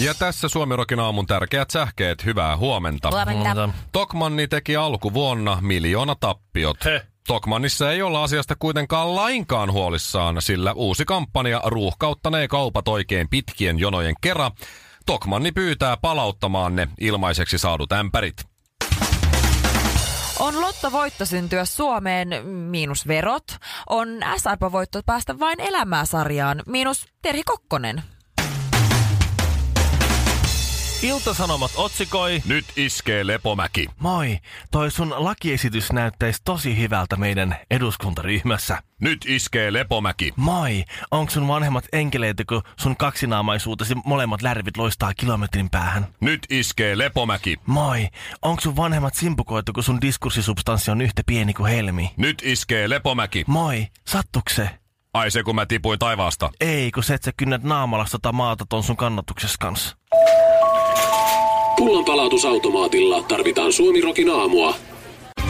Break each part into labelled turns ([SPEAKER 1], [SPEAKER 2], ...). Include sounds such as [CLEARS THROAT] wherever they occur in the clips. [SPEAKER 1] Ja tässä Suomirokin aamun tärkeät sähkeet. Hyvää huomenta.
[SPEAKER 2] Huomenta.
[SPEAKER 1] Tokmanni teki alkuvuonna miljoona tappiot.
[SPEAKER 3] Heh.
[SPEAKER 1] Tokmannissa ei olla asiasta kuitenkaan lainkaan huolissaan, sillä uusi kampanja ruuhkauttanee kaupat oikein pitkien jonojen kera. Tokmanni pyytää palauttamaan ne ilmaiseksi saadut ämpärit.
[SPEAKER 2] On lottovoitto syntyä Suomeen, miinus verot. On SRP-voitto päästä vain elämää sarjaan, miinus Terhi Kokkonen.
[SPEAKER 3] Iltasanomat otsikoi.
[SPEAKER 1] Nyt iskee lepomäki.
[SPEAKER 3] Moi, toi sun lakiesitys näyttäisi tosi hyvältä meidän eduskuntaryhmässä.
[SPEAKER 1] Nyt iskee lepomäki.
[SPEAKER 3] Moi, onks sun vanhemmat enkeleitä, kun sun kaksinaamaisuutesi molemmat lärvit loistaa kilometrin päähän?
[SPEAKER 1] Nyt iskee lepomäki.
[SPEAKER 3] Moi, onks sun vanhemmat simpukoita, kun sun diskurssisubstanssi on yhtä pieni kuin helmi?
[SPEAKER 1] Nyt iskee lepomäki.
[SPEAKER 3] Moi, sattuks se?
[SPEAKER 1] Ai se kun mä tipuin taivaasta.
[SPEAKER 3] Ei, kun se et sä kynnät naamalla sata maata ton sun kannatuksessa kanssa.
[SPEAKER 4] Pullonpalautusautomaatilla tarvitaan Suomirokin aamua.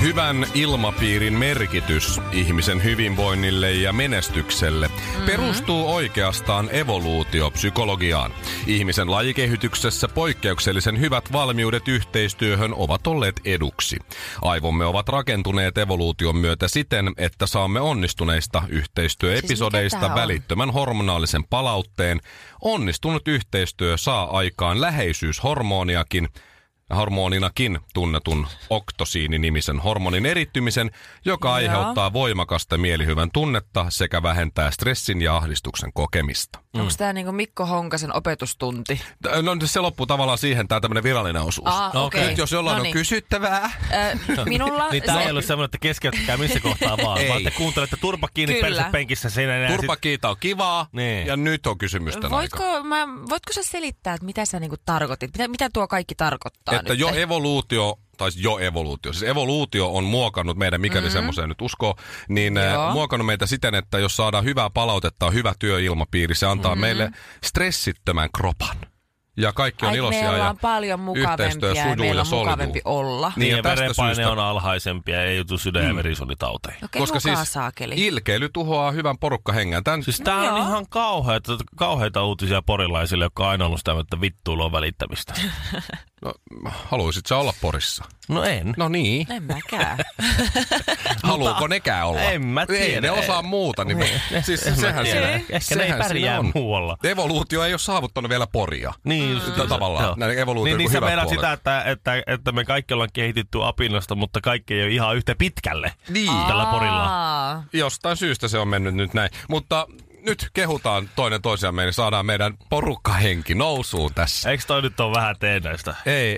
[SPEAKER 1] Hyvän ilmapiirin merkitys ihmisen hyvinvoinnille ja menestykselle
[SPEAKER 2] Mhm.
[SPEAKER 1] perustuu oikeastaan evoluutiopsykologiaan. Ihmisen lajikehityksessä poikkeuksellisen hyvät valmiudet yhteistyöhön ovat olleet eduksi. Aivomme ovat rakentuneet evoluution myötä siten, että saamme onnistuneista yhteistyöepisodeista
[SPEAKER 2] Siis tää on?
[SPEAKER 1] välittömän hormonaalisen palautteen. Onnistunut yhteistyö saa aikaan läheisyyshormoniakin, hormoninakin tunnetun oktosiini-nimisen hormonin erittymisen, joka
[SPEAKER 2] Joo.
[SPEAKER 1] aiheuttaa voimakasta mielihyvän tunnetta sekä vähentää stressin ja ahdistuksen kokemista.
[SPEAKER 2] Mm. Onko tämä niinku Mikko Honkasen opetustunti?
[SPEAKER 1] T- No se loppuu tavallaan siihen, tämä tämmöinen virallinen osuus.
[SPEAKER 2] Ah, No, okei. okei.
[SPEAKER 1] Nyt jos jollain
[SPEAKER 2] Noniin.
[SPEAKER 1] on kysyttävää.
[SPEAKER 2] Ö, minulla
[SPEAKER 3] Niin tää ei ollut semmoinen, että keskeyttäkää missä kohtaa vaan,
[SPEAKER 1] Ei.
[SPEAKER 3] vaan te kuuntelette turpa kiinni
[SPEAKER 2] Kyllä.
[SPEAKER 3] perse penkissä siinä enää
[SPEAKER 1] Turpa kiita on kivaa
[SPEAKER 3] Niin.
[SPEAKER 1] ja nyt on kysymysten aika.
[SPEAKER 2] voitko, mä, voitko sä selittää, että mitä sä niinku tarkoitit? Mitä, mitä tuo kaikki tarkoittaa
[SPEAKER 1] Että
[SPEAKER 2] nyt?
[SPEAKER 1] jo evoluutio, tai siis jo evoluutio, siis evoluutio on muokannut meidän, mikäli mm-hmm. semmoiseen nyt uskoo, niin Joo.
[SPEAKER 2] Joo.
[SPEAKER 1] muokannut meitä siten, että jos saadaan hyvää palautetta, hyvä työilmapiiri, se antaa mm-hmm. meille stressittömän kropan. Ja kaikki on
[SPEAKER 2] Ai,
[SPEAKER 1] iloisia
[SPEAKER 2] meillä
[SPEAKER 1] ja
[SPEAKER 2] on paljon mukavampia
[SPEAKER 1] yhteistyö
[SPEAKER 2] ja
[SPEAKER 1] sujuu
[SPEAKER 2] meillä
[SPEAKER 1] ja
[SPEAKER 2] on mukavampi
[SPEAKER 1] soljuu.
[SPEAKER 2] olla.
[SPEAKER 1] Niin,
[SPEAKER 3] Niin,
[SPEAKER 1] ja
[SPEAKER 3] ja
[SPEAKER 1] tästä
[SPEAKER 3] verenpaine
[SPEAKER 1] syystä- Mm. No
[SPEAKER 3] on alhaisempia, ei jutu sydän- ja verisuonitauteihin.
[SPEAKER 2] Okei, Koska siis saakeli.
[SPEAKER 1] ilkeily tuhoaa hyvän porukkahengen. Tän,
[SPEAKER 3] Siis tää on
[SPEAKER 2] Joo.
[SPEAKER 3] ihan kauheita, kauheita uutisia porilaisille, jotka on aina ollut sitä, että vittuilu on välittämistä.
[SPEAKER 1] no, haluisit sä olla Porissa?
[SPEAKER 3] No en.
[SPEAKER 1] No niin.
[SPEAKER 2] En mäkään.
[SPEAKER 1] Haluuko nekään olla?
[SPEAKER 3] en mä
[SPEAKER 1] Ei
[SPEAKER 3] tiedä.
[SPEAKER 1] ne osaa muuta. Niin siis
[SPEAKER 3] en mä
[SPEAKER 1] sehän
[SPEAKER 3] tiedä.
[SPEAKER 1] siinä,
[SPEAKER 3] Ehkä ne ei
[SPEAKER 1] sehän siinä
[SPEAKER 3] pärjää
[SPEAKER 1] on.
[SPEAKER 3] muualla.
[SPEAKER 1] Evoluutio ei ole saavuttanut vielä poria.
[SPEAKER 3] Niin, just
[SPEAKER 1] Mm. Tavallaan,
[SPEAKER 3] Joo.
[SPEAKER 1] näin evoluution
[SPEAKER 3] Niin,
[SPEAKER 1] kuin
[SPEAKER 3] niin sä
[SPEAKER 1] hyvät
[SPEAKER 3] meinaat
[SPEAKER 1] puolet.
[SPEAKER 3] sitä, että, että, että me kaikki ollaan kehitetty apinasta, mutta kaikki ei ole ihan yhtä pitkälle
[SPEAKER 1] Niin.
[SPEAKER 3] tällä porilla.
[SPEAKER 2] Aa.
[SPEAKER 1] Jostain syystä se on mennyt nyt näin. Mutta nyt kehutaan toinen toisiaan meidän, saadaan meidän porukkahenki nousuun tässä.
[SPEAKER 3] Eikö toi nyt ole vähän teennäistä?
[SPEAKER 1] Ei, ei,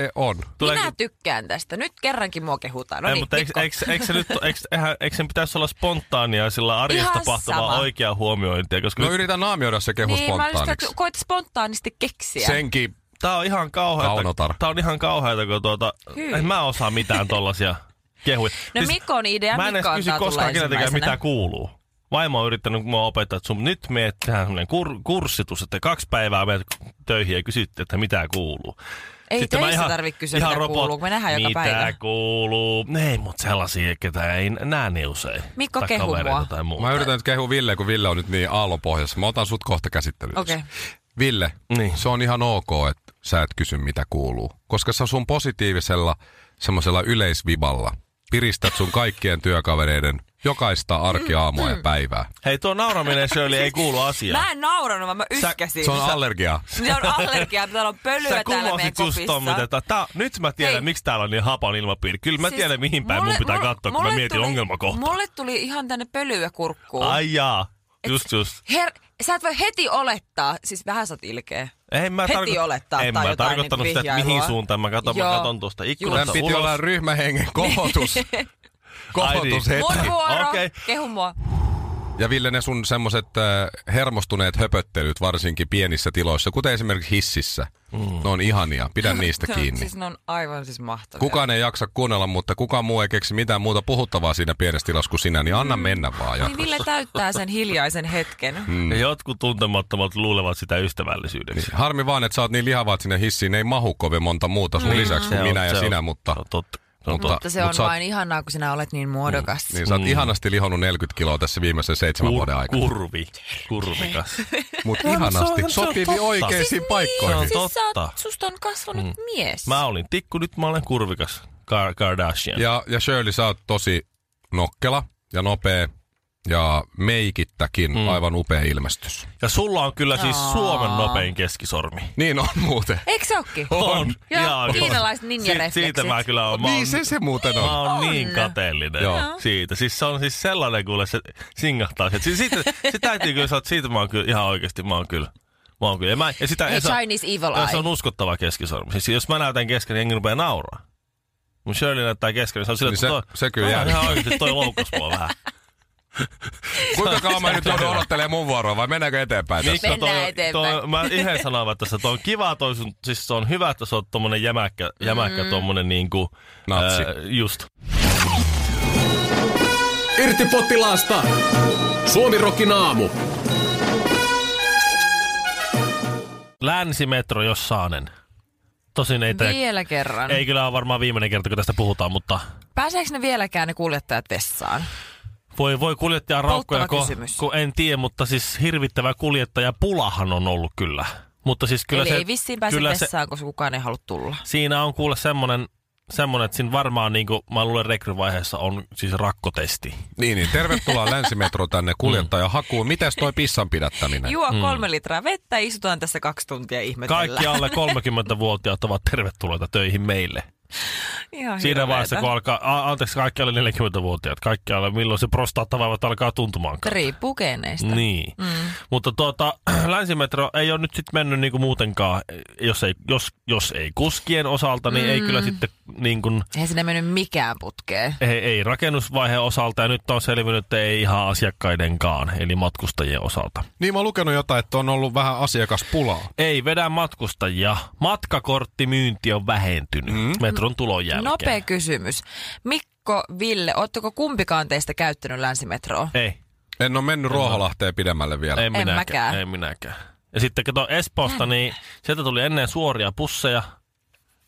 [SPEAKER 1] ei on.
[SPEAKER 2] Minä tykkään tästä. Nyt kerrankin mua kehutaan. No
[SPEAKER 3] Ei,
[SPEAKER 2] niin,
[SPEAKER 3] mutta eikö,
[SPEAKER 2] Mikko.
[SPEAKER 3] eikö, eikö, se nyt, eikö, eihän, eikö sen pitäisi olla spontaania sillä arjessa
[SPEAKER 2] Ihan
[SPEAKER 3] tapahtuvaa
[SPEAKER 2] sama.
[SPEAKER 3] oikea huomiointia, koska
[SPEAKER 1] No
[SPEAKER 3] nyt,
[SPEAKER 1] yritän naamioida se kehu
[SPEAKER 2] Niin, mä olin sitä, että
[SPEAKER 1] spontaaniksi.
[SPEAKER 2] koet spontaanisti keksiä.
[SPEAKER 1] Senkin
[SPEAKER 3] tää on ihan kauheata,
[SPEAKER 1] Kaunotar.
[SPEAKER 3] tää on ihan kauheata, kun tuota,
[SPEAKER 2] Hyi.
[SPEAKER 3] en mä osaa mitään tollasia kehuja. Siis
[SPEAKER 2] No Mikon idea,
[SPEAKER 3] Mä en edes
[SPEAKER 2] Mikko
[SPEAKER 3] kysy
[SPEAKER 2] antaa tulla
[SPEAKER 3] koskaan keneltäkään,
[SPEAKER 2] ensimmäisenä.
[SPEAKER 3] mitä kuuluu. Vaimo on yrittänyt mua opettaa, että sun nyt meet tähän semmonen kur- kurssitus, että kaksi päivää meet töihin ja kysyt, että mitä kuuluu.
[SPEAKER 2] Ei
[SPEAKER 3] Sitten mä
[SPEAKER 2] töissä tarvitse kysyä, mitä kuuluu, kun me nähdään joka
[SPEAKER 3] mitä
[SPEAKER 2] päivä.
[SPEAKER 3] kuuluu? Ei, mutta sellaisia, ketä ei näe ne usein.
[SPEAKER 2] Mikko,
[SPEAKER 3] Tai
[SPEAKER 2] kehu
[SPEAKER 3] kavereita
[SPEAKER 2] mua.
[SPEAKER 3] Tai muuta.
[SPEAKER 1] Mä yritän nyt kehua Ville, kun Ville on nyt niin aallopohjassa. Mä otan sut kohta käsittelyyn.
[SPEAKER 2] Okei.
[SPEAKER 1] Ville, niin.
[SPEAKER 3] Niin.
[SPEAKER 1] se on ihan ok, että sä et kysy mitä kuuluu. Koska sä sun positiivisella semmoisella yleisviballa piristät sun kaikkien työkavereiden jokaista arkiaamua ja päivää.
[SPEAKER 3] Hei, tuo nauraminen Shirley ei kuulu asiaan.
[SPEAKER 2] Mä en nauranut, vaan mä
[SPEAKER 5] siis-
[SPEAKER 2] yskäsin.
[SPEAKER 1] Se on allergia.
[SPEAKER 2] [LAUGHS] Se on allergia, täällä on pölyä täällä
[SPEAKER 3] Sä
[SPEAKER 2] meidän
[SPEAKER 3] kuvasit just
[SPEAKER 2] kopissa.
[SPEAKER 3] ton, mitä tää, tää, nyt mä tiedän,
[SPEAKER 2] Hei.
[SPEAKER 3] miksi täällä on niin hapan ilmapiiri. Kyllä mä
[SPEAKER 2] Siis
[SPEAKER 3] tiedän, mihin päin mun pitää
[SPEAKER 2] mulle-
[SPEAKER 3] katsoa, kun mä
[SPEAKER 2] mulle
[SPEAKER 3] mietin ongelmakohtaa.
[SPEAKER 2] Mulle tuli ihan tänne pölyä kurkkuun.
[SPEAKER 3] Ai jaa, just just.
[SPEAKER 2] Her, sä et voi heti olettaa, siis vähän sä oot ilkeä.
[SPEAKER 3] En mä
[SPEAKER 2] Heti olettaa
[SPEAKER 3] en
[SPEAKER 2] tai
[SPEAKER 3] mä
[SPEAKER 2] jotain
[SPEAKER 3] tarkoittanut
[SPEAKER 2] niinku
[SPEAKER 3] sitä, että mihin
[SPEAKER 2] vihjailua.
[SPEAKER 3] suuntaan mä katon. Mä
[SPEAKER 2] Joo.
[SPEAKER 3] katon tuosta
[SPEAKER 1] Tämän
[SPEAKER 3] ikkunasta
[SPEAKER 1] piti
[SPEAKER 3] ulos.
[SPEAKER 1] olla ryhmähengen kohotus.
[SPEAKER 3] Ai niin.
[SPEAKER 1] kohotus
[SPEAKER 2] Mun
[SPEAKER 1] hetki.
[SPEAKER 2] vuoro,
[SPEAKER 3] Okei.
[SPEAKER 2] kehu mua.
[SPEAKER 1] Ja Ville, ne sun semmoset äh, hermostuneet höpöttelyt varsinkin pienissä tiloissa, kuten esimerkiksi hississä, mm. ne on ihania. Pidä niistä
[SPEAKER 5] Se on-
[SPEAKER 1] kiinni.
[SPEAKER 5] Siis ne on aivan siis mahtavia.
[SPEAKER 1] Kukaan ei jaksa kuunnella, mutta kukaan muu ei keksi mitään muuta puhuttavaa siinä pienessä tilassa kuin sinä, niin anna mennä vaan. Ja...
[SPEAKER 5] Niin Ville täyttää sen hiljaisen hetken.
[SPEAKER 3] Mm. Ja jotkut tuntemattomat luulevat sitä ystävällisyydeksi.
[SPEAKER 1] Harmi vaan, että sä oot niin lihava, että sinne hissiin ei mahu kovin monta muuta
[SPEAKER 3] Mm.
[SPEAKER 1] sun lisäksi kuin
[SPEAKER 3] Se on-
[SPEAKER 1] minä ja
[SPEAKER 3] se on-
[SPEAKER 1] sinä, mutta...
[SPEAKER 3] Se on totta. Se on
[SPEAKER 1] Mutta-
[SPEAKER 3] totta.
[SPEAKER 5] Mutta se on
[SPEAKER 1] mut sä oot-
[SPEAKER 5] vain ihanaa, kun sinä olet
[SPEAKER 3] Mm,
[SPEAKER 5] niin muodokas.
[SPEAKER 1] Niin sä oot ihanasti lihonut 40 kiloa tässä viimeisen seitsemän vuoden
[SPEAKER 3] Kur-
[SPEAKER 1] aikana.
[SPEAKER 3] kurvi. Kurvikas.
[SPEAKER 2] [LAUGHS]
[SPEAKER 1] Mutta
[SPEAKER 3] No, se on-
[SPEAKER 1] ihanasti.
[SPEAKER 3] se on
[SPEAKER 1] Sopivi
[SPEAKER 3] totta. niin.
[SPEAKER 1] oikeisiin paikkoihin.
[SPEAKER 3] Se on
[SPEAKER 5] Siis sä oot,
[SPEAKER 3] Totta.
[SPEAKER 5] susta on kasvanut mm. mies.
[SPEAKER 3] Mä olin tikku, nyt mä olen kurvikas. Kar- Kardashian.
[SPEAKER 1] Ja, ja Shirley, sä oot tosi nokkela ja nopea ja meikittäkin mm. aivan upea ilmestys.
[SPEAKER 3] Ja sulla on kyllä siis Suomen nopein keskisormi.
[SPEAKER 1] Niin on muuten.
[SPEAKER 5] Eikö se ookin?
[SPEAKER 3] On.
[SPEAKER 5] Joo,
[SPEAKER 3] Ihan on.
[SPEAKER 5] kiinalaiset ninjarefleksit.
[SPEAKER 3] Si- Siitä mä kyllä oon. Mä oon,
[SPEAKER 1] Niin se se muuten on.
[SPEAKER 3] mä oon
[SPEAKER 5] On.
[SPEAKER 3] niin kateellinen
[SPEAKER 1] Joo.
[SPEAKER 3] siitä. Siis se on siis sellainen, kuule se singahtaa. sieltä. Siis siitä, [LAUGHS] sitä täytyy kyllä sanoa, että siitä mä oon kyllä ihan oikeasti, mä oon kyllä. Mä oon kyllä. Ja Mä, ja sitä,
[SPEAKER 5] Hei,
[SPEAKER 3] ja se on-
[SPEAKER 5] Chinese evil
[SPEAKER 3] ja se
[SPEAKER 5] eye.
[SPEAKER 3] on uskottava keskisormi. Siis jos mä näytän kesken, niin jengi rupeaa nauraa. Mun Shirley näyttää kesken, niin se on silleen,
[SPEAKER 1] Niin se-
[SPEAKER 3] että toi,
[SPEAKER 1] se kyllä
[SPEAKER 3] ihan-
[SPEAKER 1] jää.
[SPEAKER 3] Ihan oikeasti toi loukkas mua vähän.
[SPEAKER 1] Kuinka kauan mä nyt joudun odottelemaan mun vuoroa vai mennäänkö eteenpäin tässä?
[SPEAKER 3] Mikko,
[SPEAKER 5] [LAUGHS] Mennään eteenpäin.
[SPEAKER 3] Toi, mä itse sanoin että se toi on kiva, toi sun, siis se on hyvä, että sä oot tommonen jämäkkä, jämäkkä mm. tommonen niinku...
[SPEAKER 1] Natsi.
[SPEAKER 3] ää, just.
[SPEAKER 4] Irti potilaasta! Suomirokin aamu.
[SPEAKER 3] Länsimetro, jos saanen. Tosin ei, tää,
[SPEAKER 5] Vielä kerran.
[SPEAKER 3] ei kyllä ole varmaan viimeinen kerta, kun tästä puhutaan, mutta
[SPEAKER 5] Pääseekö ne vieläkään ne kuljettajat vessaan?
[SPEAKER 3] voi, voi kuljettaja raukkoja,
[SPEAKER 5] Polttava
[SPEAKER 3] kun,
[SPEAKER 5] kysymys.
[SPEAKER 3] kun en tiedä, mutta siis hirvittävä kuljettaja pulahan on ollut kyllä. Mutta siis kyllä
[SPEAKER 5] Kyllä Eli
[SPEAKER 3] se,
[SPEAKER 5] se, ei vissiin pääse
[SPEAKER 3] kyllä se,
[SPEAKER 5] vessaan, koska kukaan ei halua tulla.
[SPEAKER 3] siinä on kuule semmonen, semmonen että siinä varmaan, niin kuin, mä luulen rekryvaiheessa on siis rakkotesti.
[SPEAKER 1] Niin, niin. Tervetuloa Länsimetro
[SPEAKER 5] Mm.
[SPEAKER 1] tänne kuljettaja hakuun. Mites toi pissan pidättäminen?
[SPEAKER 5] Juo kolme litraa vettä, istutaan tässä kaksi tuntia ihmetellään.
[SPEAKER 3] Mm. Kaikki alle 30-vuotiaat ovat tervetulleita töihin meille.
[SPEAKER 5] Ihan
[SPEAKER 3] Siinä
[SPEAKER 5] hirveetä.
[SPEAKER 3] vaiheessa, kun alkaa, a, anteeksi, kaikki alle 40-vuotiaat, kaikki alle, milloin se prostaattavaivat alkaa tuntumaan.
[SPEAKER 5] Riippuu geeneistä.
[SPEAKER 3] Niin. Mm. Mutta tuota, [CLEARS THROAT] länsimetro ei ole nyt sitten mennyt niinku muutenkaan, jos ei, jos, jos ei kuskien osalta, niin mm. ei kyllä sitten niin kuin,
[SPEAKER 5] Eihän sinne mennyt mikään putkeen.
[SPEAKER 3] ei, ei rakennusvaiheen osalta ja nyt on selvinnyt, että ei ihan asiakkaidenkaan, eli matkustajien osalta.
[SPEAKER 1] Niin mä oon lukenut jotain, että on ollut vähän asiakaspulaa.
[SPEAKER 3] Ei vedä matkustajia. Matkakorttimyynti on vähentynyt mm. metron tulon jälkeen.
[SPEAKER 5] Nopea kysymys. Mikko, Ville, ootteko kumpikaan teistä käyttänyt länsimetroa?
[SPEAKER 3] Ei,
[SPEAKER 1] En ole mennyt Ruoholahteen pidemmälle vielä.
[SPEAKER 3] en minäkään.
[SPEAKER 5] mäkään.
[SPEAKER 3] En minäkään. Ja sitten kato Espoosta, niin sieltä tuli ennen suoria pusseja,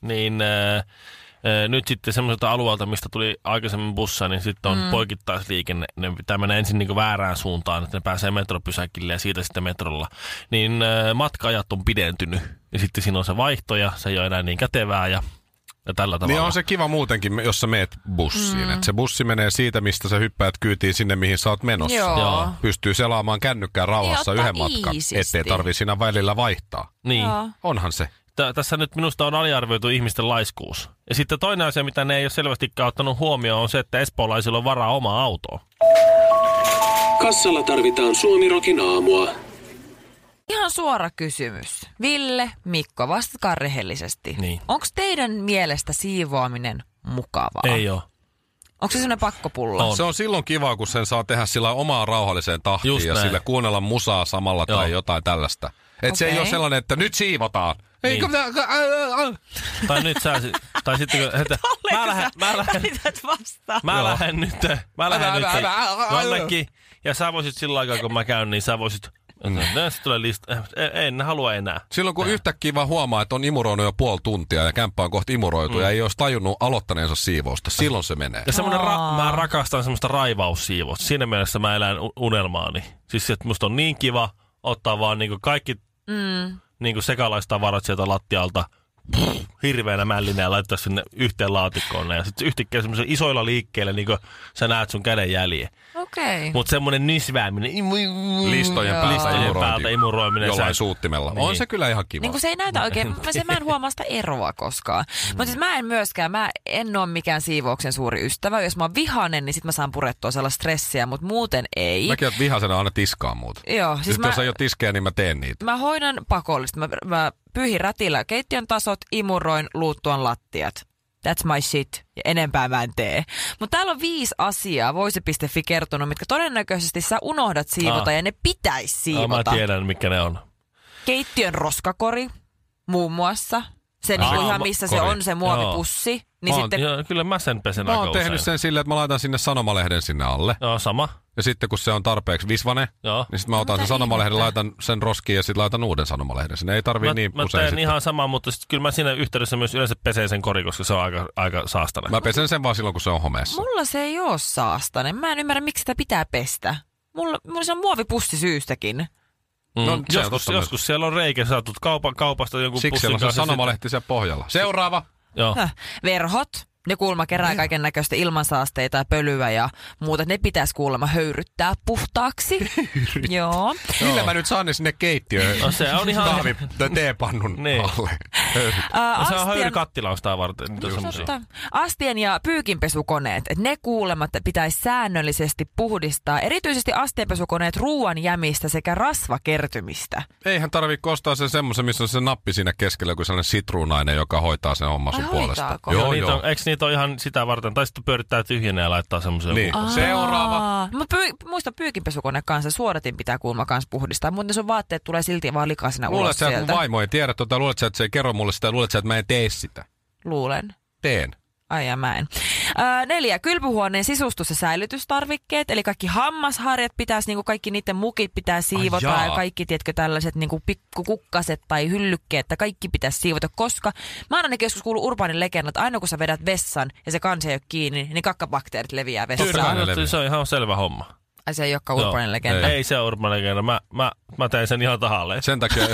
[SPEAKER 3] niin ää, ää, nyt sitten semmoiselta alueelta, mistä tuli aikaisemmin busseja, niin sitten on mm. poikittaisliikenne. Ne pitää mennä ensin niin väärään suuntaan, että ne pääsee metropysäkille ja siitä sitten metrolla. Niin ää, matkaajat on pidentynyt. Ja sitten siinä on se vaihto ja se ei ole enää niin kätevää ja, ja tällä tavalla.
[SPEAKER 1] Niin on se kiva muutenkin, jos sä meet bussiin. Mm. Et se bussi menee siitä, mistä sä hyppäät kyytiin sinne, mihin sä oot menossa.
[SPEAKER 5] Joo. Joo.
[SPEAKER 1] Pystyy selaamaan kännykkää rauhassa
[SPEAKER 5] Niin,
[SPEAKER 1] yhden
[SPEAKER 5] ottaa
[SPEAKER 1] matkan,
[SPEAKER 5] iisisti.
[SPEAKER 1] ettei tarvi siinä välillä vaihtaa.
[SPEAKER 3] Niin.
[SPEAKER 5] Joo.
[SPEAKER 1] Onhan se.
[SPEAKER 3] Tä- tässä nyt minusta on aliarvioitu ihmisten laiskuus. Ja sitten toinen asia, mitä ne ei ole selvästikään ottanut huomioon, on se, että espoolaisilla on varaa omaa autoa.
[SPEAKER 4] Kassalla tarvitaan Suomirokin aamua.
[SPEAKER 5] Ihan suora kysymys. Ville, Mikko, vastatkaa rehellisesti.
[SPEAKER 3] Niin.
[SPEAKER 5] Onko teidän mielestä siivoaminen mukavaa?
[SPEAKER 3] ole.
[SPEAKER 5] Onko se sellainen pakkopulla? [LAUGHS]
[SPEAKER 3] On.
[SPEAKER 1] Se on silloin kiva, kun sen saa tehdä sillä omaa rauhalliseen tahtiin
[SPEAKER 3] Just
[SPEAKER 1] ja
[SPEAKER 3] näin.
[SPEAKER 1] sillä kuunnella musaa samalla Joo. tai
[SPEAKER 3] Joo.
[SPEAKER 1] jotain tällaista. Et se ei
[SPEAKER 5] Okei.
[SPEAKER 1] ole sellainen, että nyt siivotaan. Ei,
[SPEAKER 3] Niin.
[SPEAKER 1] kun minä- äh, ä- ä- ä-
[SPEAKER 3] Tai nyt sä, si- tai sitten
[SPEAKER 1] [LAUGHS]
[SPEAKER 3] kun, että, mä lähden, mä
[SPEAKER 5] [LAUGHS]
[SPEAKER 3] lähden,
[SPEAKER 5] vastaan.
[SPEAKER 3] mä lähden nyt, mä lähden
[SPEAKER 1] Älä,
[SPEAKER 3] nyt
[SPEAKER 1] älä, älä, älä, älä.
[SPEAKER 3] jonnekin. Ja sä voisit sillä aikaa, kun mä käyn, niin sä voisit, näistä tulee lista, eh, en, en halua enää.
[SPEAKER 1] Silloin kun yhtäkkiä vaan huomaa, että on imuroinut jo puoli tuntia ja kämppä on kohta imuroitu mm. ja ei olisi tajunnut aloittaneensa siivousta, silloin se menee.
[SPEAKER 3] Ja semmoinen ra- mä rakastan semmoista raivaussiivosta. Siinä mielessä mä elän u- unelmaani. Siis se, että musta on niin kiva ottaa vaan niinku kaikki mm. niinku sekalaistavarat sieltä lattialta pff, hirveänä mällinä ja laittaa sinne yhteen laatikkoon. ne. Ja sitten yhtäkkiä semmoisella isoilla liikkeillä niinku sä näet sun käden jäljen.
[SPEAKER 5] Okei. Okay.
[SPEAKER 3] Mutta semmoinen nysvääminen. im- im-
[SPEAKER 1] Listojen päältä
[SPEAKER 3] listojen
[SPEAKER 1] imurointi.
[SPEAKER 3] päältä imuroiminen.
[SPEAKER 1] Jollain
[SPEAKER 3] sä-
[SPEAKER 1] suuttimella.
[SPEAKER 3] Niin.
[SPEAKER 1] On se kyllä ihan kiva.
[SPEAKER 5] Niin kuin se ei näytä oikein, mä, se, mä en huomaa sitä eroa koskaan.
[SPEAKER 3] Mm.
[SPEAKER 5] Mutta siis mä en myöskään, mä en ole mikään siivouksen suuri ystävä. Jos mä oon vihanen, niin sit mä saan purettua sellaista stressiä, mutta muuten ei.
[SPEAKER 1] Mäkin oot vihasena aina tiskaan muuta.
[SPEAKER 5] Joo, siis
[SPEAKER 1] Siis
[SPEAKER 5] mä,
[SPEAKER 1] Jos ei ole tiskejä, niin mä teen niitä.
[SPEAKER 5] mä hoidan pakollisesti. Mä, mä pyyhin rätillä keittiön tasot, imuroin, luuttuan lattiat. That's my shit. Ja enempää mä en tee. Mutta täällä on viisi asiaa, voisi.fi kertonut, mitkä todennäköisesti sä unohdat siivota
[SPEAKER 3] Aa.
[SPEAKER 5] ja ne pitäisi
[SPEAKER 3] Ah, mä
[SPEAKER 5] siivota.
[SPEAKER 3] tiedän, mikä ne on.
[SPEAKER 5] Keittiön roskakori muun muassa. Se niinku
[SPEAKER 3] Aa,
[SPEAKER 5] ihan
[SPEAKER 3] ma-
[SPEAKER 5] missä se
[SPEAKER 1] kori.
[SPEAKER 5] on se muovipussi.
[SPEAKER 3] Mä
[SPEAKER 5] Niin
[SPEAKER 3] oon-
[SPEAKER 5] sitten
[SPEAKER 3] Ah, joo, kyllä mä sen pesen
[SPEAKER 1] Mä
[SPEAKER 3] aika
[SPEAKER 1] oon
[SPEAKER 3] usein.
[SPEAKER 1] tehnyt sen silleen, että mä laitan sinne sanomalehden sinne alle.
[SPEAKER 3] Joo, sama.
[SPEAKER 1] Ja sitten kun se on tarpeeksi visvane,
[SPEAKER 3] Joo.
[SPEAKER 1] niin sitten mä otan sen sanomalehden, laitan sen roskiin ja sitten laitan uuden sanomalehden. Sinne ei tarvii
[SPEAKER 3] Mä,
[SPEAKER 1] niin
[SPEAKER 3] mä
[SPEAKER 1] usein
[SPEAKER 3] teen
[SPEAKER 1] sitten.
[SPEAKER 3] ihan samaa, mutta sit kyllä mä siinä yhteydessä myös yleensä pesee sen kori, koska se on aika, aika saastainen.
[SPEAKER 1] Mä pesen sen vaan silloin, kun se on homeessa.
[SPEAKER 5] mulla se ei ole saastainen. Mä en ymmärrä, miksi sitä pitää pestä. Mulla, mulla se on muovipussi syystäkin.
[SPEAKER 3] Mm.
[SPEAKER 1] No, se on
[SPEAKER 3] joskus,
[SPEAKER 1] totta myös.
[SPEAKER 3] joskus siellä on reikä, sä tulet kaupa, kaupasta jonkun
[SPEAKER 1] Siksi
[SPEAKER 3] pussin
[SPEAKER 1] siellä on se
[SPEAKER 3] kanssa.
[SPEAKER 1] sanomalehti siellä pohjalla. Seuraava!
[SPEAKER 3] sit- Joo.
[SPEAKER 5] Häh. Verhot, ne kuulemma
[SPEAKER 3] Niin.
[SPEAKER 5] kerää kaiken näköistä ilmansaasteita ja pölyä ja muuta. Ne pitäisi kuulemma höyryttää
[SPEAKER 3] [LAUGHS]
[SPEAKER 5] puhtaaksi. Joo.
[SPEAKER 1] Millä mä nyt saan ne sinne keittiöön?
[SPEAKER 3] No se on ihan...
[SPEAKER 1] Kahvi, tai teepannun
[SPEAKER 3] Niin.
[SPEAKER 1] alle.
[SPEAKER 5] Ää,
[SPEAKER 3] No, se on
[SPEAKER 5] astian-
[SPEAKER 3] höyrykattila on sitä varten. Niitä on semmosia.
[SPEAKER 5] Totta. Astien ja pyykinpesukoneet, et ne kuulemat pitäisi säännöllisesti puhdistaa, erityisesti astienpesukoneet ruoan jämistä sekä rasvakertymistä.
[SPEAKER 1] Eihän tarvii ostaa sen semmoisen, missä on se nappi siinä keskellä, kuin sellainen sitruunainen, joka hoitaa sen homman sun
[SPEAKER 5] Ai,
[SPEAKER 1] puolesta.
[SPEAKER 5] hoitaako?
[SPEAKER 1] Joo,
[SPEAKER 3] Joo, niitä
[SPEAKER 1] joo.
[SPEAKER 3] on, eikö niitä ole ihan sitä varten? Tai sitten pyörittää tyhjänä ja laittaa semmoisen
[SPEAKER 1] Niin. Seuraava.
[SPEAKER 5] Aa, Mutta pyy- muista pyykinpesukone kanssa, suodatin pitää kuulemma kanssa puhdistaa, muuten sun vaatteet tulee silti vaan likaisena
[SPEAKER 1] Luulet
[SPEAKER 5] ulos
[SPEAKER 1] sä, että mun
[SPEAKER 5] sieltä.
[SPEAKER 1] vaimo ei tiedä tota, luulet sä, että se ei kerro mulle sitä, luulet sä, että mä en tee sitä.
[SPEAKER 5] Luulen.
[SPEAKER 1] Teen.
[SPEAKER 5] Ai ja mä en. Öö, neljä. Kylpyhuoneen sisustus- ja säilytystarvikkeet, eli kaikki hammasharjat pitäisi, niinku kaikki niiden mukit pitää siivota
[SPEAKER 1] jaa.
[SPEAKER 5] ja kaikki, tietkö, tällaiset niinku pikkukukkaset tai hyllykkeet, että kaikki pitäisi siivota, koska mä oon ainakin joskus kuullut urbaanin legendan, että aina kun sä vedät vessan ja se kansi ei ole kiinni, niin kakkabakteerit leviää
[SPEAKER 1] Totta kai.
[SPEAKER 5] vessaan.
[SPEAKER 1] ne leviää.
[SPEAKER 3] Se on ihan selvä homma.
[SPEAKER 5] Ai se ei olekaan urbaanin
[SPEAKER 3] Joo.
[SPEAKER 5] legenda.
[SPEAKER 3] Ei se ole urban legenda. Mä, mä, mä tein sen ihan tahalleen.
[SPEAKER 1] Sen takia,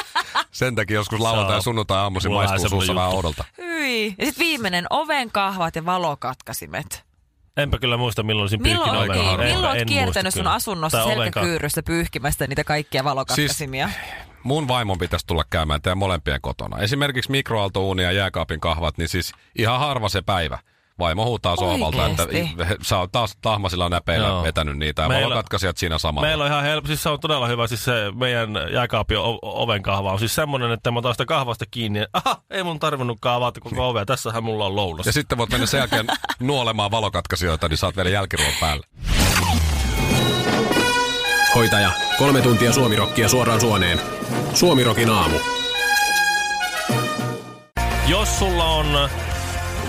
[SPEAKER 3] [LAUGHS]
[SPEAKER 1] sen takia joskus lauantai ja sunnuntai aamuisin
[SPEAKER 3] Mulla on
[SPEAKER 1] maistuu
[SPEAKER 3] semmonen
[SPEAKER 1] suussa
[SPEAKER 3] juttu.
[SPEAKER 1] vähän oudolta.
[SPEAKER 5] Hyi. Ja sitten viimeinen, oven kahvat ja valokatkaisimet.
[SPEAKER 3] Enpä kyllä muista, milloin siinä pyykin
[SPEAKER 5] Milloin,
[SPEAKER 3] oven
[SPEAKER 1] aika
[SPEAKER 5] niin,
[SPEAKER 1] harvoin.
[SPEAKER 5] milloin
[SPEAKER 3] En
[SPEAKER 5] oot
[SPEAKER 3] muista
[SPEAKER 5] kiertänyt sun
[SPEAKER 3] kyllä.
[SPEAKER 5] asunnossa
[SPEAKER 3] Tai oven Siis kanssa.
[SPEAKER 5] selkäkyyrystä pyyhkimästä niitä kaikkia valokatkaisimia?
[SPEAKER 1] Mun vaimon pitäisi tulla käymään teidän molempien kotona. Esimerkiksi mikroaaltouuni ja jääkaapin kahvat, niin siis ihan harva se päivä. Vaimo huutaa sohvalta, että
[SPEAKER 5] Oikeesti?
[SPEAKER 1] sä oot taas tahmasilla näpeillä
[SPEAKER 3] Joo.
[SPEAKER 1] vetänyt niitä ja
[SPEAKER 3] Meillä-
[SPEAKER 1] valokatkaisijat siinä samalla.
[SPEAKER 3] Meillä on ihan helppo, siis se on todella hyvä, siis se meidän jääkaapin o- oven kahva on siis semmonen, että mä otan sitä kahvasta kiinni ja aha, ei mun tarvinnutkaan avata koko ovea, tässähän mulla on lounas.
[SPEAKER 1] Ja sitten voit mennä sen
[SPEAKER 3] [LAUGHS]
[SPEAKER 1] jälkeen nuolemaan valokatkaisijoita, niin saat vielä jälkiruon päälle.
[SPEAKER 4] Hoitaja, kolme tuntia suomirokkia suoraan suoneen. Suomirokin aamu.
[SPEAKER 3] Jos sulla on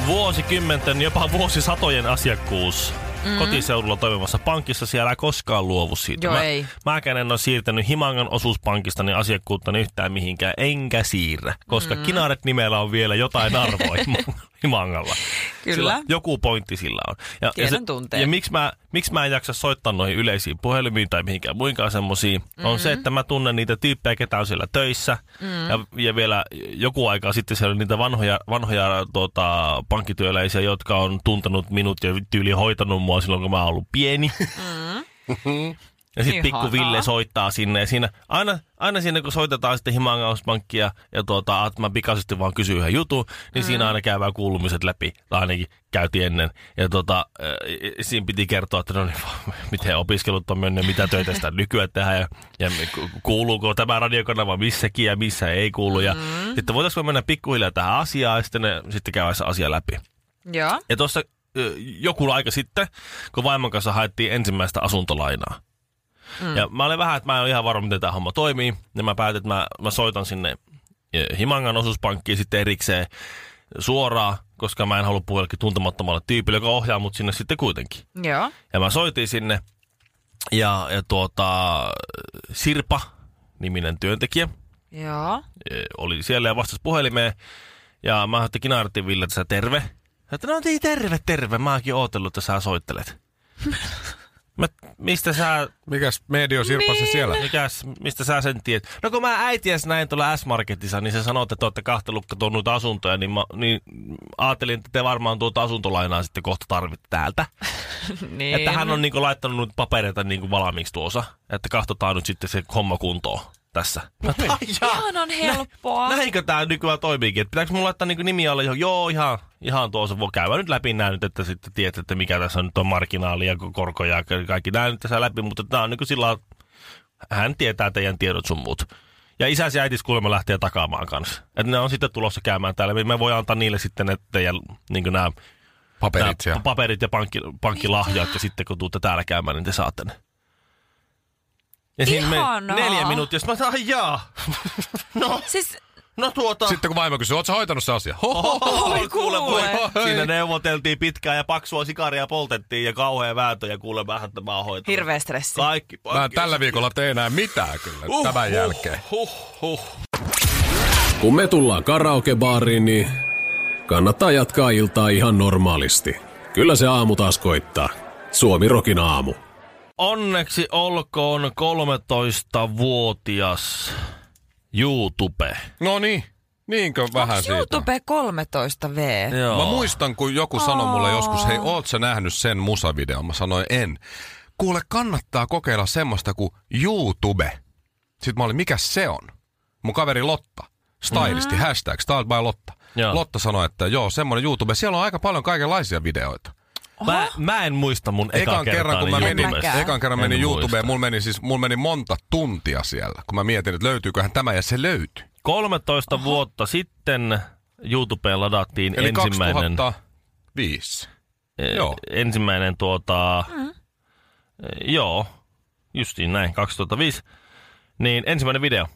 [SPEAKER 3] vuosikymmenten, jopa vuosisatojen asiakkuus mm-hmm. kotiseudulla toimivassa pankissa, siellä ei koskaan luovu siitä.
[SPEAKER 5] Mm. Joo,
[SPEAKER 3] mä,
[SPEAKER 5] ei.
[SPEAKER 3] Mäkään en ole siirtänyt Himangan osuuspankista niin asiakkuuttani yhtään mihinkään, enkä siirrä, koska
[SPEAKER 5] Mm.
[SPEAKER 3] mm-hmm. kinaret nimellä on vielä jotain
[SPEAKER 5] [LAUGHS]
[SPEAKER 3] arvoa Hima- Himangalla.
[SPEAKER 5] Kyllä.
[SPEAKER 3] Sillä, joku pointti sillä on. Ja,
[SPEAKER 5] Tiedän tunteen.
[SPEAKER 3] Ja miksi mä, miksi mä en jaksa soittaa noihin yleisiin puhelimiin tai mihinkään muinkaan semmoisiin, mm-hmm. on se,
[SPEAKER 5] Mhm.
[SPEAKER 3] että mä tunnen niitä tyyppejä, ketä on siellä töissä. Mm-hmm. Ja, ja vielä joku aika sitten siellä oli niitä vanhoja, vanhoja tuota, pankkityöläisiä, jotka on tuntenut minut ja tyyli hoitanut mua silloin, kun mä oon ollut pieni. Ja sitten
[SPEAKER 5] Ihanaa.
[SPEAKER 3] pikku Ville soittaa sinne ja siinä, aina, aina siinä kun soitetaan sitten Himangauspankkia ja, ja tuota, ah, että mä pikaisesti vaan kysyn yhden jutun, niin mm. siinä aina käydään kuulumiset läpi, tai ainakin käytiin ennen. Ja tuota, äh, siinä piti kertoa, että no niin, [LAUGHS] miten opiskelut on mennyt, mitä töitä sitä nykyään tehdään ja, ja ku- kuuluuko tämä radiokanava missäkin ja missä ei kuulu. Ja mm. sitten voitaisiinko mennä pikkuhiljaa tähän asiaan ja sitten, ne, sitten käydään se asia läpi.
[SPEAKER 5] Joo.
[SPEAKER 3] Ja tuossa ö, joku aika sitten, kun vaimon kanssa haettiin ensimmäistä asuntolainaa. Mm. Ja mä olin vähän, että mä en ole ihan varma, miten tämä homma toimii. Ja mä päätin, että mä, mä soitan sinne ö, Himangan osuuspankkiin sitten erikseen suoraan, koska mä en halua puhua jollekin tuntemattomalle tyypille, joka ohjaa mut sinne sitten kuitenkin.
[SPEAKER 5] Joo.
[SPEAKER 3] Ja mä soitin sinne ja, ja tuota, Sirpa, niminen työntekijä,
[SPEAKER 2] [LAUGHS]
[SPEAKER 5] Joo.
[SPEAKER 3] ö, oli siellä ja vastasi puhelimeen. Ja mä ajattelin Kinaartin Ville, että sä terve. Sä että no niin, terve, terve. Mä oonkin ootellut, että sä soittelet. mä, mistä sä,
[SPEAKER 1] Mikäs medio sirpa se siellä?
[SPEAKER 3] mikäs, mistä sä sen tiedät? No kun mä äitiäs näin tuolla S-Marketissa, niin sä sanoit, että olette kahta lukka noita asuntoja, niin, mä, niin ajattelin, että te varmaan tuota asuntolainaa sitten kohta tarvitte täältä.
[SPEAKER 5] Niin.
[SPEAKER 3] Että hän on niinku laittanut nyt papereita niinku valmiiksi tuossa, että katsotaan nyt sitten se homma kuntoon tässä. Mä, ajattelin, "Ai jaa."
[SPEAKER 5] Ihan on helppoa.
[SPEAKER 3] Näinkö tämä nykyään toimiikin? Et pitääkö mulla laittaa niinku nimi alle johon? Joo, ihan, ihan tuossa voi käydä nyt läpi nää nyt, että sitten tiedät, että mikä tässä on nyt on marginaali ja korkoja ja ka- kaikki nää nyt tässä läpi, mutta tämä on niinku sillä lailla- hän tietää teidän tiedot sun muut. Ja isäsi ja äitis kuulemma lähtee takaamaan kanssa. Että ne on sitten tulossa käymään täällä. Me voi antaa niille sitten ne teidän niin nämä
[SPEAKER 1] Paperit
[SPEAKER 3] nämä
[SPEAKER 1] siellä.
[SPEAKER 3] paperit ja pankki, pankkilahjat. Ja sitten kun tuutte täällä käymään, niin te saatte ne. Ja
[SPEAKER 2] Ihanaa.
[SPEAKER 3] neljä minuuttia. Sitten mä sanoin, "Ai jaa. [LAUGHS] no, [LAUGHS]
[SPEAKER 2] Siis
[SPEAKER 3] no tuota.
[SPEAKER 1] Sitten kun vaimo kysyy, ootko sä hoitanut se asia? Ho, ho, ho.
[SPEAKER 3] Oi, kuule, voi.
[SPEAKER 1] Oi.
[SPEAKER 3] Siinä neuvoteltiin pitkään ja paksua sikaria poltettiin ja kauhea vääntö ja kuule vähän että mä oon hoitanut.
[SPEAKER 5] Hirveä stressi.
[SPEAKER 3] Kaikki.
[SPEAKER 1] Mä en tällä viikolla tee enää mitään kyllä uh, tämän uh. jälkeen.
[SPEAKER 3] Huh, huh.
[SPEAKER 4] Kun me tullaan karaokebaariin, niin kannattaa jatkaa iltaa ihan normaalisti. Kyllä se aamu taas koittaa. Suomi Rokin aamu.
[SPEAKER 3] Onneksi olkoon 13-vuotias YouTube.
[SPEAKER 1] No niin, niinkö vähän
[SPEAKER 2] onks
[SPEAKER 1] siitä?
[SPEAKER 2] YouTube 13 V?
[SPEAKER 3] Joo.
[SPEAKER 1] Mä muistan, kun joku sanoi mulle joskus, hei, oot sä nähnyt sen musavideon? Mä sanoin, en. Kuule, kannattaa kokeilla semmoista kuin YouTube. Sitten mä olin, mikä se on? Mun kaveri Lotta, stylisti, hashtag, styled by Lotta.
[SPEAKER 3] Mm. Joo.
[SPEAKER 1] Lotta sanoi, että joo, semmoinen YouTube, siellä on aika paljon kaikenlaisia videoita.
[SPEAKER 3] Mä, mä en muista mun eka
[SPEAKER 1] Ekan kerran, kun mä
[SPEAKER 3] kertaani
[SPEAKER 1] menin,
[SPEAKER 3] YouTubesta.
[SPEAKER 1] ekan kerran menin
[SPEAKER 3] En
[SPEAKER 1] YouTubeen,
[SPEAKER 3] muista.
[SPEAKER 1] mulla meni, siis, mulla meni monta tuntia siellä, kun mä mietin, että löytyyköhän tämä, ja se löytyi.
[SPEAKER 3] 13 vuotta sitten YouTubeen ladattiin
[SPEAKER 1] Eli
[SPEAKER 3] ensimmäinen,
[SPEAKER 1] 2005.
[SPEAKER 3] eh,
[SPEAKER 1] joo.
[SPEAKER 3] ensimmäinen tuota, mm. joo, justiin näin, 2005, niin ensimmäinen video.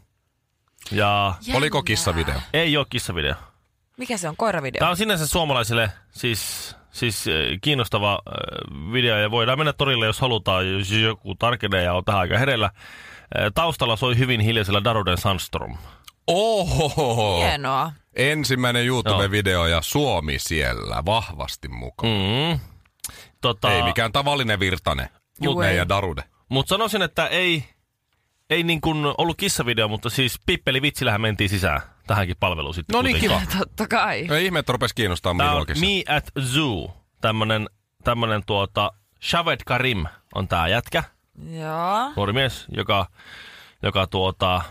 [SPEAKER 3] Ja
[SPEAKER 1] Oliko kissavideo?
[SPEAKER 3] ei ole kissavideo.
[SPEAKER 2] Mikä se on? Koiravideo?
[SPEAKER 3] Tämä on sinänsä suomalaisille siis, siis eh, kiinnostava eh, video ja voidaan mennä torille, jos halutaan, jos joku tarkenee ja on tähän aika herellä. Eh, Taustalla soi hyvin hiljaisella Daruden Sandstorm.
[SPEAKER 1] Oho!
[SPEAKER 2] Hienoa.
[SPEAKER 1] Ensimmäinen YouTube-video ja Suomi siellä vahvasti mukaan.
[SPEAKER 3] Mm.
[SPEAKER 1] Mm.
[SPEAKER 3] Tota,
[SPEAKER 1] Ei mikään tavallinen virtane.
[SPEAKER 3] Juu,
[SPEAKER 1] Meidän
[SPEAKER 3] ei.
[SPEAKER 1] ja Darude.
[SPEAKER 3] Mutta sanoisin, että ei, ei niin kuin ollut kissavideo, mutta siis pippeli vitsillähän mentiin sisään tähänkin palveluun sitten.
[SPEAKER 1] No niin,
[SPEAKER 3] kuitenkin.
[SPEAKER 2] Totta kai.
[SPEAKER 1] No Ei ihme, että rupesi kiinnostaa
[SPEAKER 3] Tää on
[SPEAKER 1] minuakin.
[SPEAKER 3] niin-
[SPEAKER 1] Mi-
[SPEAKER 3] Me at Zoo, tämmönen, tämmönen tuota, Shaved Karim on tää jätkä,
[SPEAKER 2] Joo.
[SPEAKER 3] nuori mies, joka, joka tuota,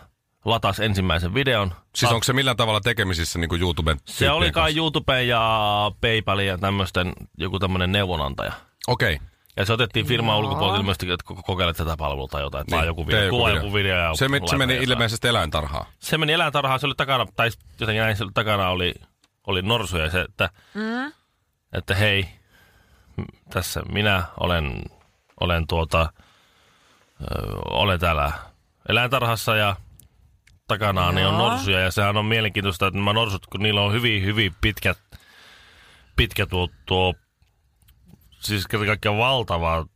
[SPEAKER 3] latasi ensimmäisen videon.
[SPEAKER 1] siis onko se millään tavalla tekemisissä niin kuin YouTuben
[SPEAKER 3] Se oli kai YouTube ja PayPal ja tämmöisten, joku tämmönen neuvonantaja.
[SPEAKER 1] Okei. niin. Okay.
[SPEAKER 3] Ja se otettiin firman ulkopuolelta ilmeisesti, että ko- kokeilet tätä palvelua tai jotain, että
[SPEAKER 1] Niin.
[SPEAKER 3] vaan joku video, kuva joku video. Ja
[SPEAKER 1] se, me, se
[SPEAKER 3] laita
[SPEAKER 1] meni
[SPEAKER 3] jotain.
[SPEAKER 1] ilmeisesti eläintarhaan.
[SPEAKER 3] se meni eläintarhaan, se oli takana, tai jotenkin näin, se oli takana oli, oli norsuja ja se, että, mm. että hei, m- tässä minä olen, olen tuota, ö, olen täällä eläintarhassa ja takanaan niin on norsuja ja sehän on mielenkiintoista, että nämä norsut, kun niillä on hyvin, hyvin pitkät, pitkä tuo, tuo siis kerta kaikkiaan valtava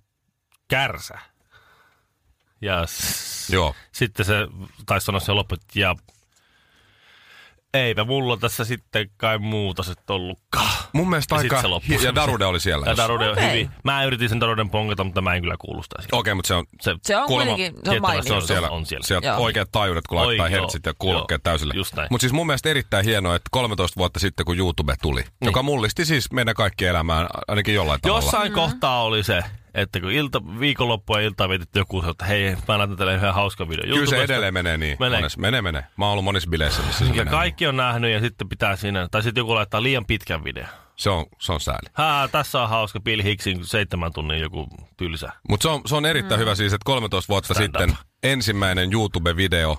[SPEAKER 3] kärsä. Ja s-
[SPEAKER 1] Joo.
[SPEAKER 3] sitten se taisi sanoa se loppu, että ja eipä mulla tässä sitten kai muuta sitten ollutkaan.
[SPEAKER 1] Mun mielestä
[SPEAKER 3] Ja sit
[SPEAKER 1] aika...
[SPEAKER 3] se loppui.
[SPEAKER 1] ja Darude oli siellä.
[SPEAKER 3] Tämä
[SPEAKER 1] jos-
[SPEAKER 3] Darude on
[SPEAKER 2] Okei.
[SPEAKER 3] hyvin. Mä yritin sen Daruden pongata, mutta mä en kyllä kuulu sitä. siitä.
[SPEAKER 1] Okei, okay, mutta se on
[SPEAKER 3] Se,
[SPEAKER 2] Se on
[SPEAKER 1] Kuulemma
[SPEAKER 2] kuitenkin, se on
[SPEAKER 3] tiettävästi
[SPEAKER 2] mainio.
[SPEAKER 3] on
[SPEAKER 1] siellä,
[SPEAKER 3] on siellä.
[SPEAKER 1] sieltä
[SPEAKER 2] Joo.
[SPEAKER 1] oikeat taajuudet, kun laittaa
[SPEAKER 3] Oikea,
[SPEAKER 1] hertsit ja
[SPEAKER 3] joo.
[SPEAKER 1] kuulokkeet täysille.
[SPEAKER 3] Just näin.
[SPEAKER 1] Mutta siis mun mielestä erittäin hienoa, että 13 vuotta sitten, kun YouTube tuli, niin. joka mullisti siis meidän kaikki elämään ainakin jollain tavalla.
[SPEAKER 3] Jossain
[SPEAKER 2] Mm-hmm.
[SPEAKER 3] kohtaa oli se, että kun ilta, viikonloppua ja iltaa vietit joku, sanoi, että hei, mä laitan teille yhden hauskan videon.
[SPEAKER 1] Kyllä se
[SPEAKER 3] YouTubesta.
[SPEAKER 1] edelleen menee niin.
[SPEAKER 3] Menee.
[SPEAKER 1] Mones, menee, menee. Mä oon ollut monissa bileissä, missä se
[SPEAKER 3] Ja
[SPEAKER 1] menee.
[SPEAKER 3] kaikki on nähnyt ja sitten pitää siinä, tai sitten joku laittaa liian pitkän videon.
[SPEAKER 1] Se on, se on sääli.
[SPEAKER 3] Hää, tässä on hauska Bill Hicksin seitsemän tunnin joku tylsä.
[SPEAKER 1] Mutta se on, se on erittäin mm. hyvä siis, että 13 vuotta
[SPEAKER 3] Stand
[SPEAKER 1] sitten
[SPEAKER 3] up.
[SPEAKER 1] ensimmäinen YouTube-video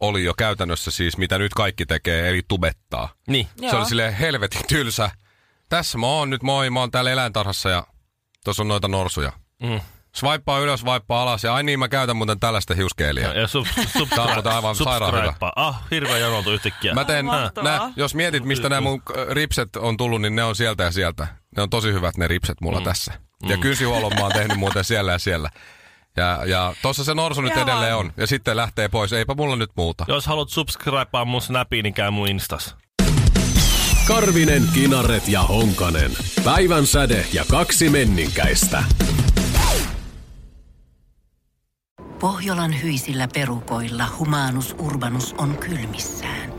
[SPEAKER 1] oli jo käytännössä siis, mitä nyt kaikki tekee, eli tubettaa.
[SPEAKER 3] Niin.
[SPEAKER 1] Se
[SPEAKER 2] Joo.
[SPEAKER 1] oli silleen helvetin tylsä. Tässä mä oon nyt, moi, mä oon täällä eläintarhassa ja tuossa on noita norsuja.
[SPEAKER 3] Mm.
[SPEAKER 1] Swipeaa ylös, swipeaa alas ja ai niin, mä käytän muuten tällaista hiuskeeliä.
[SPEAKER 3] Ja sub,
[SPEAKER 1] [LAUGHS] Tää on
[SPEAKER 3] subscribe,
[SPEAKER 1] muuten aivan sairaan hyvä.
[SPEAKER 3] subscribe. Ah, hirveä jonotu yhtäkkiä.
[SPEAKER 1] Mä teen,
[SPEAKER 2] Mahtavaa.
[SPEAKER 1] nä, jos mietit, mistä nämä mun äh, ripset on tullut, niin ne on sieltä ja sieltä. Ne on tosi hyvät ne ripset mulla mm. tässä. Ja kynsihuollon mä oon tehnyt muuten siellä ja siellä. Ja, ja tossa se norsu nyt
[SPEAKER 2] Ihan.
[SPEAKER 1] edelleen on. Ja sitten lähtee pois. Eipä mulla nyt muuta.
[SPEAKER 3] Jos haluat subscribea mun snapiin, niin käy mun instas.
[SPEAKER 4] Karvinen, Kinaret ja Honkanen. Päivän säde ja kaksi menninkäistä.
[SPEAKER 6] Pohjolan hyisillä perukoilla humanus urbanus on kylmissään.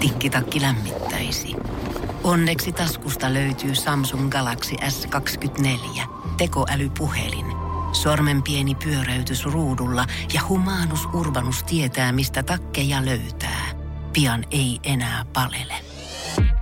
[SPEAKER 6] Tikkitakki lämmittäisi. Onneksi taskusta löytyy Samsung Galaxy S24. Tekoälypuhelin. Sormen pieni pyöräytys ruudulla ja humanus urbanus tietää, mistä takkeja löytää. Pian ei enää palele.